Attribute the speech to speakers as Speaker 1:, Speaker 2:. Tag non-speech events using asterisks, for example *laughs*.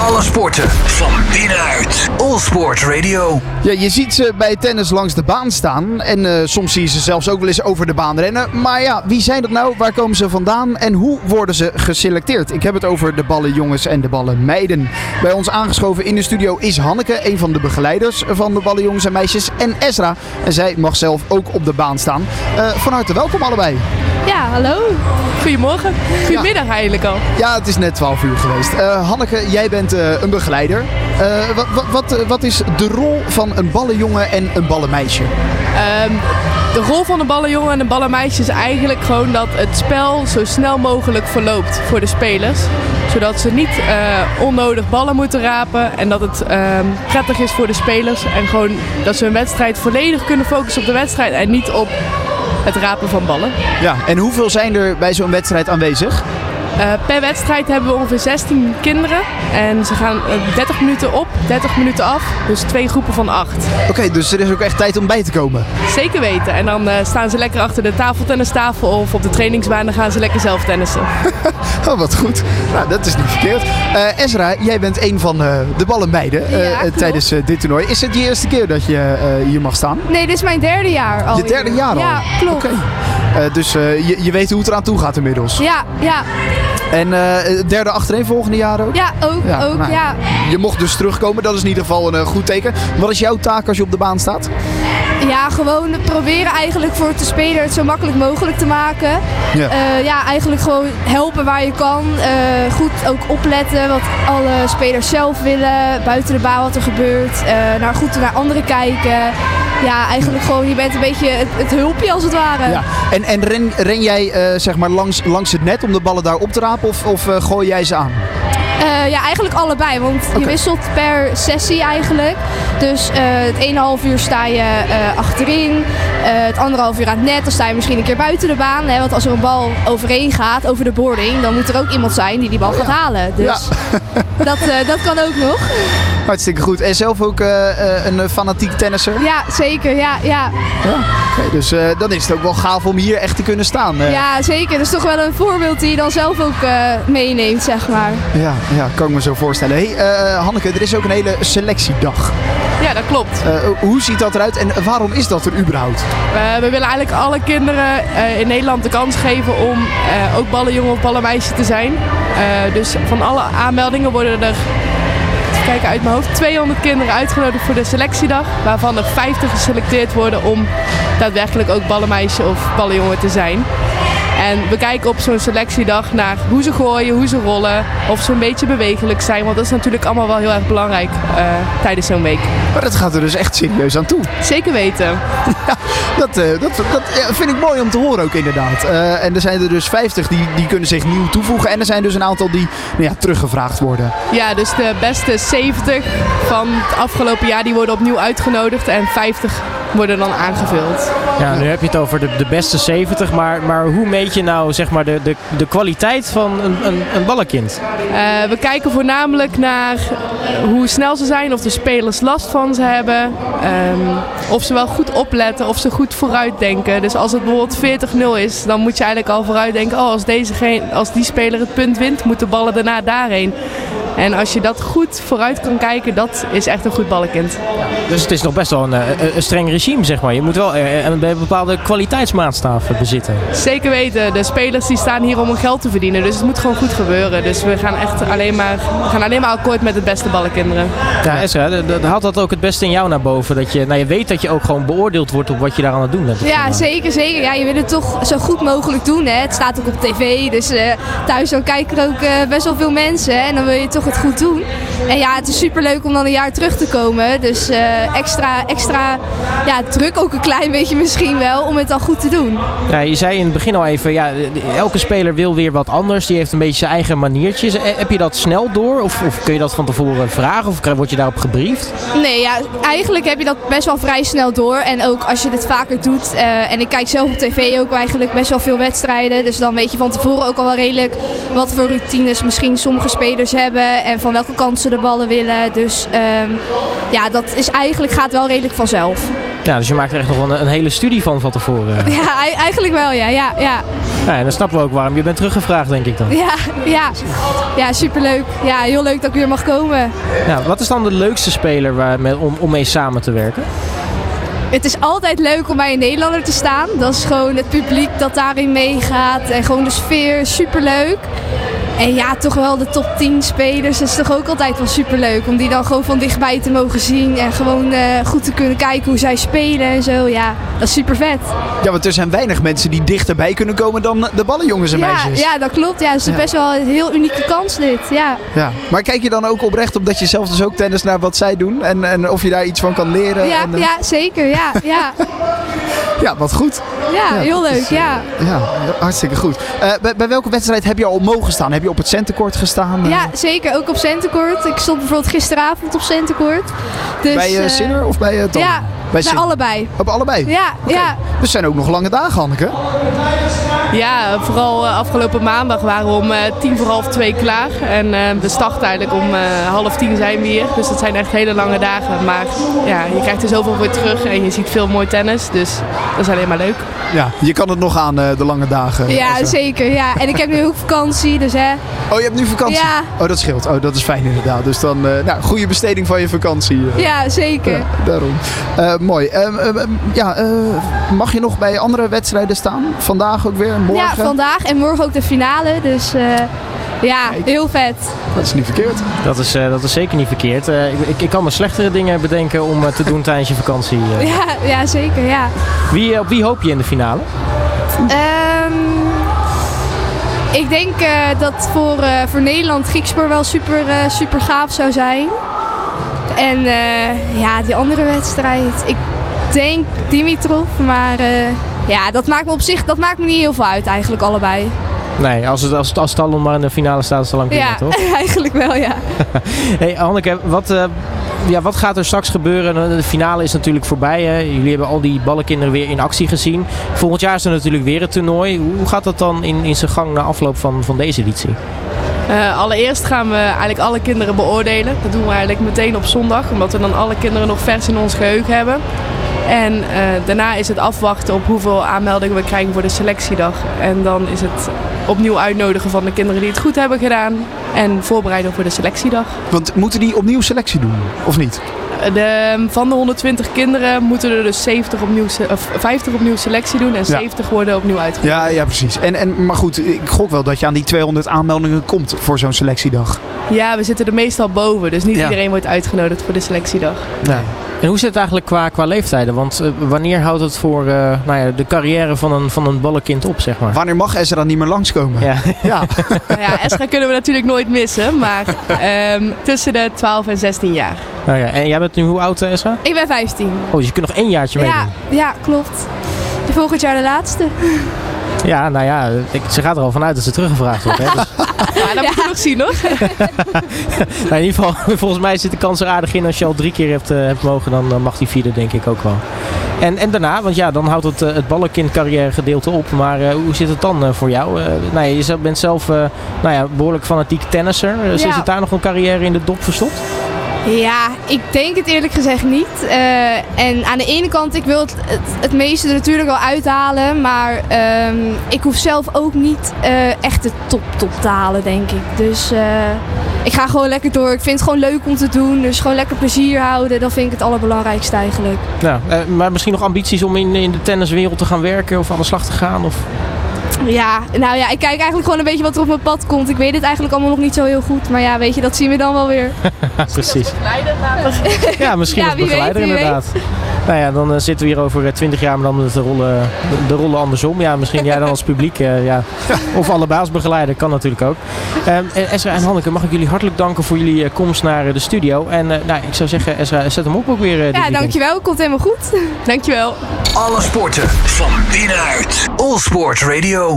Speaker 1: alle sporten van binnenuit. All Sport Radio.
Speaker 2: Ja, je ziet ze bij tennis langs de baan staan. En eh, soms zie je ze zelfs ook wel eens over de baan rennen. Maar ja, wie zijn dat nou? Waar komen ze vandaan? En hoe worden ze geselecteerd? Ik heb het over de ballen jongens en de ballen meiden. Bij ons aangeschoven in de studio is Hanneke, een van de begeleiders van de ballen jongens en meisjes. En Ezra. En zij mag zelf ook op de baan staan. Eh, van harte welkom allebei.
Speaker 3: Ja, hallo. Goedemorgen. Goedemiddag eigenlijk al.
Speaker 2: Ja, het is net 12 uur geweest. Eh, Hanneke, jij bent eh, een begeleider. Eh, wat, wat, wat, eh, wat is de rol van een ballenjongen en een ballenmeisje?
Speaker 3: Ehm, de rol van de ballenjongen en de ballenmeisje is eigenlijk gewoon dat het spel zo snel mogelijk verloopt voor de spelers. Zodat ze niet eh, onnodig ballen moeten rapen en dat het ehm, prettig is voor de spelers. En gewoon dat ze hun wedstrijd volledig kunnen focussen op de wedstrijd en niet op het rapen van ballen.
Speaker 2: Ja, en hoeveel zijn er bij zo'n wedstrijd aanwezig?
Speaker 3: Eh, per wedstrijd hebben we ongeveer 16 kinderen en ze gaan eh, 30 minuten op, 30 minuten af. Dus twee groepen van acht.
Speaker 2: Oké, dus er is ook echt tijd om bij te komen.
Speaker 3: Zeker weten. En dan eh, staan ze lekker achter de tafeltennistafel of op de trainingsbaan. Dan gaan ze lekker zelf tennissen.
Speaker 2: Oh, wat goed. Nou, dat is niet verkeerd. Eh, Ezra, jij bent een van eh, de ballenmeiden eh,
Speaker 4: Ja,
Speaker 2: eh,
Speaker 4: klopt.
Speaker 2: tijdens eh, dit toernooi. Is het je eerste keer dat je eh, hier mag staan?
Speaker 4: Nee, dit is mijn derde jaar al.
Speaker 2: je derde
Speaker 4: hier.
Speaker 2: jaar al?
Speaker 4: Ja, klopt.
Speaker 2: Oké. Eh, dus eh, je, je weet hoe het eraan toe gaat inmiddels.
Speaker 4: Ja, ja,
Speaker 2: En eh het derde achtereen volgende jaar ook?
Speaker 4: ja, ook,
Speaker 2: Ja,
Speaker 4: ook,
Speaker 2: nou,
Speaker 4: ja.
Speaker 2: Je mocht dus terugkomen, dat is in ieder geval een eh, goed teken. Wat is jouw taak als je op de baan staat?
Speaker 4: Ja, gewoon proberen eigenlijk voor de speler het zo makkelijk mogelijk te maken.
Speaker 2: Ja.
Speaker 4: Eh, ja eigenlijk gewoon helpen waar je kan. Eh, goed ook opletten wat alle spelers zelf willen. Buiten de baan wat er gebeurt. Eh, naar goed naar anderen kijken. Ja, eigenlijk gewoon, je bent een beetje het, het hulpje als het ware.
Speaker 2: Ja. En, en ren, ren jij eh, zeg maar langs, langs het net om de ballen daar op te rapen of, of eh, gooi jij ze aan?
Speaker 4: Eh, ja, eigenlijk allebei. Want je
Speaker 2: Oké.
Speaker 4: wisselt per sessie eigenlijk. Dus eh, het ene half uur sta je eh, achterin. eh, het anderhalf uur aan het net. Dan sta je misschien een keer buiten de baan. Hè, want als er een bal overheen gaat, over de boarding, dan moet er ook iemand zijn die die bal gaat halen. Dus dat, eh, dat kan ook nog.
Speaker 2: Hartstikke goed. En zelf ook eh, eh, een eh, fanatiek tennisser?
Speaker 4: Ja, zeker. Ja, ja.
Speaker 2: Ja. Oké, dus eh, dan is het ook wel gaaf om hier echt te kunnen staan. eh.
Speaker 4: ja, zeker. Dat is toch wel een voorbeeld die je dan zelf ook eh, meeneemt, zeg maar.
Speaker 2: Ja, ja, kan ik me zo voorstellen. Hey, eh, Hanneke, er is ook een hele selectiedag.
Speaker 3: Ja, dat klopt.
Speaker 2: Eh, hoe ziet dat eruit en waarom is dat er überhaupt?
Speaker 3: Eh, we willen eigenlijk alle kinderen eh, in Nederland de kans geven om eh, ook ballenjongen of ballenmeisje te zijn. Eh, dus van alle aanmeldingen worden er, even kijken uit mijn hoofd, 200 kinderen uitgenodigd voor de selectiedag. Waarvan er 50 geselecteerd worden om daadwerkelijk ook ballenmeisje of ballenjongen te zijn. En we kijken op zo'n selectiedag naar hoe ze gooien, hoe ze rollen, of ze een beetje bewegelijk zijn. Want dat is natuurlijk allemaal wel heel erg belangrijk eh, tijdens zo'n week.
Speaker 2: Maar dat gaat er dus echt serieus aan toe. *laughs*
Speaker 3: Zeker weten.
Speaker 2: Dat, eh, dat, dat ja, vind ik mooi om te horen ook inderdaad. Eh, en er zijn er dus 50 die, die kunnen zich nieuw toevoegen. En er zijn dus een aantal die nou ja, teruggevraagd worden.
Speaker 3: Ja, dus de beste 70 van het afgelopen jaar die worden opnieuw uitgenodigd en 50 worden dan aangevuld.
Speaker 5: Ja, nu heb je het over de, de beste 70, maar, maar hoe meet je nou zeg maar, de, de, de kwaliteit van een, een, een ballenkind?
Speaker 3: Eh, we kijken voornamelijk naar hoe snel ze zijn, of de spelers last van ze hebben, ehm, of ze wel goed opletten, of ze goed vooruitdenken. Dus als het bijvoorbeeld 40-0 is, dan moet je eigenlijk al vooruitdenken, oh, als, deze geen, als die speler het punt wint, moeten de ballen daarna daarheen. En als je dat goed vooruit kan kijken, dat is echt een goed ballenkind.
Speaker 5: Dus het is nog best wel een, eh, een, een streng regime, zeg maar. Je moet wel eh, een een bepaalde kwaliteitsmaatstaven bezitten.
Speaker 3: Zeker weten. De spelers die staan hier om hun geld te verdienen. Dus het moet gewoon goed gebeuren. Dus we gaan echt alleen maar, we gaan alleen maar akkoord met de beste ballenkinderen.
Speaker 5: Ja, Esra, de- de- haalt dat ook het beste in jou naar boven? Dat je, nou, je weet dat je ook gewoon beoordeeld wordt op wat je daar aan het doen bent.
Speaker 4: Ja, zeker, zeker. Ja, je wil het toch zo goed mogelijk doen. Hè. Het staat ook op tv, dus eh, thuis dan kijken er ook eh, best wel veel mensen. hè. En dan wil je toch het goed doen. En ja, het is superleuk om dan een jaar terug te komen. Dus eh, extra, extra ja, druk ook een klein beetje misschien wel om het dan goed te doen.
Speaker 5: Ja, je zei in het begin al even, ja, elke speler wil weer wat anders. Die heeft een beetje zijn eigen maniertjes. Eh, Heb je dat snel door? Of, of kun je dat van tevoren vragen? Of krijg- word je daarop gebriefd?
Speaker 4: Nee, ja, eigenlijk heb je dat best wel vrij snel door. En ook als je dit vaker doet. eh, en ik kijk zelf op tv ook eigenlijk best wel veel wedstrijden. Dus dan weet je van tevoren ook al wel redelijk wat voor routines misschien sommige spelers hebben. En van welke kant ze de ballen willen. Dus ehm, ja, dat is eigenlijk gaat wel redelijk vanzelf. *laughs*
Speaker 5: Ja, dus je maakt er echt nog wel een, een hele studie van van tevoren.
Speaker 4: Ja, ei- eigenlijk wel, ja. Ja, ja,
Speaker 5: Ja, Nou, en dan snappen we ook waarom je bent teruggevraagd, denk ik dan.
Speaker 4: ja, ja. ja superleuk. Ja, heel leuk dat ik weer mag komen.
Speaker 5: Ja, Nou, wat is dan de leukste speler waar, met, om, om mee samen te werken?
Speaker 4: Het is altijd leuk om bij een Nederlander te staan. Dat is gewoon het publiek dat daarin meegaat. En gewoon de sfeer, superleuk. En ja, toch wel de top 10 spelers. Dat is toch ook altijd wel superleuk. Om die dan gewoon van dichtbij te mogen zien. En gewoon eh, goed te kunnen kijken hoe zij spelen en zo. Ja, dat is super vet.
Speaker 2: Ja, want er zijn weinig mensen die dichterbij kunnen komen dan de ballenjongens en
Speaker 4: Ja,
Speaker 2: meisjes.
Speaker 4: ja, dat klopt. Ja, het is
Speaker 2: Ja.
Speaker 4: best wel een heel unieke kans dit. Ja.
Speaker 2: Ja. Maar kijk je dan ook oprecht op dat je zelf dus ook tennis naar wat zij doen? En, en of je daar iets van kan leren?
Speaker 4: Ja,
Speaker 2: en, eh,
Speaker 4: ja, zeker. Ja,
Speaker 2: *laughs*
Speaker 4: ja,
Speaker 2: ja, wat goed.
Speaker 4: ja, heel
Speaker 2: dat
Speaker 4: leuk.
Speaker 2: is, eh,
Speaker 4: ja.
Speaker 2: Ja, hartstikke goed. Eh, bij, bij welke wedstrijd heb je al mogen staan? Heb je op het centenkort gestaan? Eh,
Speaker 4: ja, dus, zeker. Ook op Centencourt. Ik stond bijvoorbeeld gisteravond op Centencoort. Dus,
Speaker 2: bij eh,
Speaker 4: eh,
Speaker 2: Sinner of bij eh Tan?
Speaker 4: Ja,
Speaker 2: bij
Speaker 4: bij
Speaker 2: Sinner.
Speaker 4: allebei.
Speaker 2: Op allebei?
Speaker 4: Ja, ja.
Speaker 2: Dus zijn ook nog lange dagen, Hanneke.
Speaker 3: Ja, vooral eh, afgelopen maandag waren we om eh, tien voor half twee klaar. En eh, we starten eigenlijk om eh, half tien zijn we hier. Dus dat zijn echt hele lange dagen. Maar ja, je krijgt er zoveel voor terug en je ziet veel mooi tennis. Dus dat is alleen maar leuk.
Speaker 2: Ja. Je kan het nog aan, eh, de lange dagen.
Speaker 4: Ja,
Speaker 2: Zo.
Speaker 4: zeker. Ja. En ik heb nu ook vakantie, dus hè.
Speaker 2: Oh, je hebt nu vakantie?
Speaker 4: Ja.
Speaker 2: Oh, dat scheelt. Oh, dat is fijn inderdaad. Dus dan, eh, nou, goede besteding van je vakantie. eh.
Speaker 4: Ja, zeker.
Speaker 2: Ja, daarom. Eh, mooi. Ehm, ehm, ehm, ja, eh, mag je nog bij andere wedstrijden staan? Vandaag ook weer, morgen?
Speaker 4: Ja, vandaag en morgen ook de finale. Dus eh, ja, heel vet. *laughs*
Speaker 2: Dat is niet verkeerd.
Speaker 5: Dat is, eh, dat is zeker niet verkeerd. Eh, ik, ik, ik kan me slechtere dingen bedenken om eh, te doen tijdens je vakantie. eh.
Speaker 4: Ja, ja zeker. Ja.
Speaker 5: Wie, eh, op wie hoop je in de finale?
Speaker 4: Ehm, ik denk eh, dat voor, eh, voor Nederland Griekspoor wel super, eh, super gaaf zou zijn. En eh, ja, die andere wedstrijd. Ik denk Dimitrov, maar eh, ja, dat maakt me op zich dat maakt me niet heel veel uit eigenlijk allebei.
Speaker 5: Nee, als het, als het, als het al om maar in de finale staat, is het al lang prima,
Speaker 4: Ja,
Speaker 5: toch?
Speaker 4: *laughs* eigenlijk wel, ja.
Speaker 5: Hey, Hanneke, wat, eh, ja, wat gaat er straks gebeuren? Eh, De finale is natuurlijk voorbij. Hè? Jullie hebben al die ballenkinderen weer in actie gezien. Volgend jaar is er natuurlijk weer een toernooi. Hoe gaat dat dan in, in zijn gang na afloop van, van deze editie?
Speaker 3: Eh, allereerst gaan we eigenlijk alle kinderen beoordelen. Dat doen we eigenlijk meteen op zondag, omdat we dan alle kinderen nog vers in ons geheugen hebben. En eh, daarna is het afwachten op hoeveel aanmeldingen we krijgen voor de selectiedag. En dan is het opnieuw uitnodigen van de kinderen die het goed hebben gedaan. En voorbereiden voor de selectiedag.
Speaker 2: Want moeten die opnieuw selectie doen, of niet?
Speaker 3: Eh, De, van de 120 kinderen moeten er dus 70 opnieuw, se- of 50 opnieuw selectie doen en 70 worden opnieuw uitgekozen.
Speaker 2: Ja, ja precies. En, en, maar goed, ik gok wel dat je aan die 200 aanmeldingen komt voor zo'n selectiedag.
Speaker 3: Ja, we zitten er meestal boven, dus niet
Speaker 2: Ja.
Speaker 3: iedereen wordt uitgenodigd voor de selectiedag.
Speaker 2: Nee.
Speaker 5: En hoe zit het eigenlijk qua, qua leeftijden? Want eh, wanneer houdt het voor eh, nou ja, de carrière van een, van een ballenkind op, zeg maar?
Speaker 2: Wanneer mag Ezra niet meer langskomen?
Speaker 5: *laughs* Ja.
Speaker 2: Ja.
Speaker 3: Nou ja, Esra kunnen we natuurlijk nooit missen, maar ehm, tussen de 12 en 16 jaar.
Speaker 5: Nou ja, en jij bent nu hoe oud, eh, Esra?
Speaker 4: Ik ben 15.
Speaker 5: Oh, dus je kunt nog één jaartje
Speaker 4: Ja,
Speaker 5: meedoen.
Speaker 4: ja, klopt. Volgend jaar de laatste.
Speaker 5: Ja, nou ja, ik, ze gaat er al vanuit dat ze teruggevraagd *laughs* wordt. Hè? Dus,
Speaker 3: Ja, dat moeten we nog zien hoor.
Speaker 5: nou, in ieder geval, *laughs* volgens mij zit de kans er aardig in. Als je al drie keer hebt, eh, hebt mogen, dan eh, mag die vierde denk ik ook wel. En, en daarna, want ja, dan houdt het, eh, het ballenkindcarrière gedeelte op. Maar eh, hoe zit het dan eh, voor jou? Eh, nou, ja, je zelf- bent zelf eh, nou ja, behoorlijk fanatiek tennisser. Eh,
Speaker 4: Ja.
Speaker 5: Zit het daar nog een carrière in de dop verstopt?
Speaker 4: Ja, ik denk het eerlijk gezegd niet. Eh, en aan de ene kant, ik wil het, het, het meeste er natuurlijk wel uithalen. Maar ehm, ik hoef zelf ook niet eh, echt de top, top te halen, denk ik. Dus eh, ik ga gewoon lekker door. Ik vind het gewoon leuk om te doen. Dus gewoon lekker plezier houden. Dat vind ik het allerbelangrijkste eigenlijk.
Speaker 5: Nou, eh, maar misschien nog ambities om in, in de tenniswereld te gaan werken of aan de slag te gaan? Of...
Speaker 4: Ja, nou ja, ik kijk eigenlijk gewoon een beetje wat er op mijn pad komt. Ik weet het eigenlijk allemaal nog niet zo heel goed. Maar ja, weet je, dat zien we dan wel weer.
Speaker 5: precies. Ja, misschien
Speaker 4: Ja,
Speaker 5: als
Speaker 4: wie weet,
Speaker 5: begeleider
Speaker 4: wie
Speaker 5: inderdaad. Nou ja, dan eh, zitten we hier over twintig jaar, maar dan met de rollen, de rollen andersom. Ja, misschien jij dan als publiek. eh, ja. Of allebei als begeleider, kan natuurlijk ook. Ehm, eh, Esra en Hanneke, mag ik jullie hartelijk danken voor jullie eh, komst naar eh, de studio. En eh, nou, ik zou zeggen, Esra, zet hem op ook weer eh, dit
Speaker 4: Ja,
Speaker 5: weekend.
Speaker 4: dankjewel. Komt helemaal goed.
Speaker 3: Dankjewel.
Speaker 1: Alle sporten van binnenuit. All Sport Radio.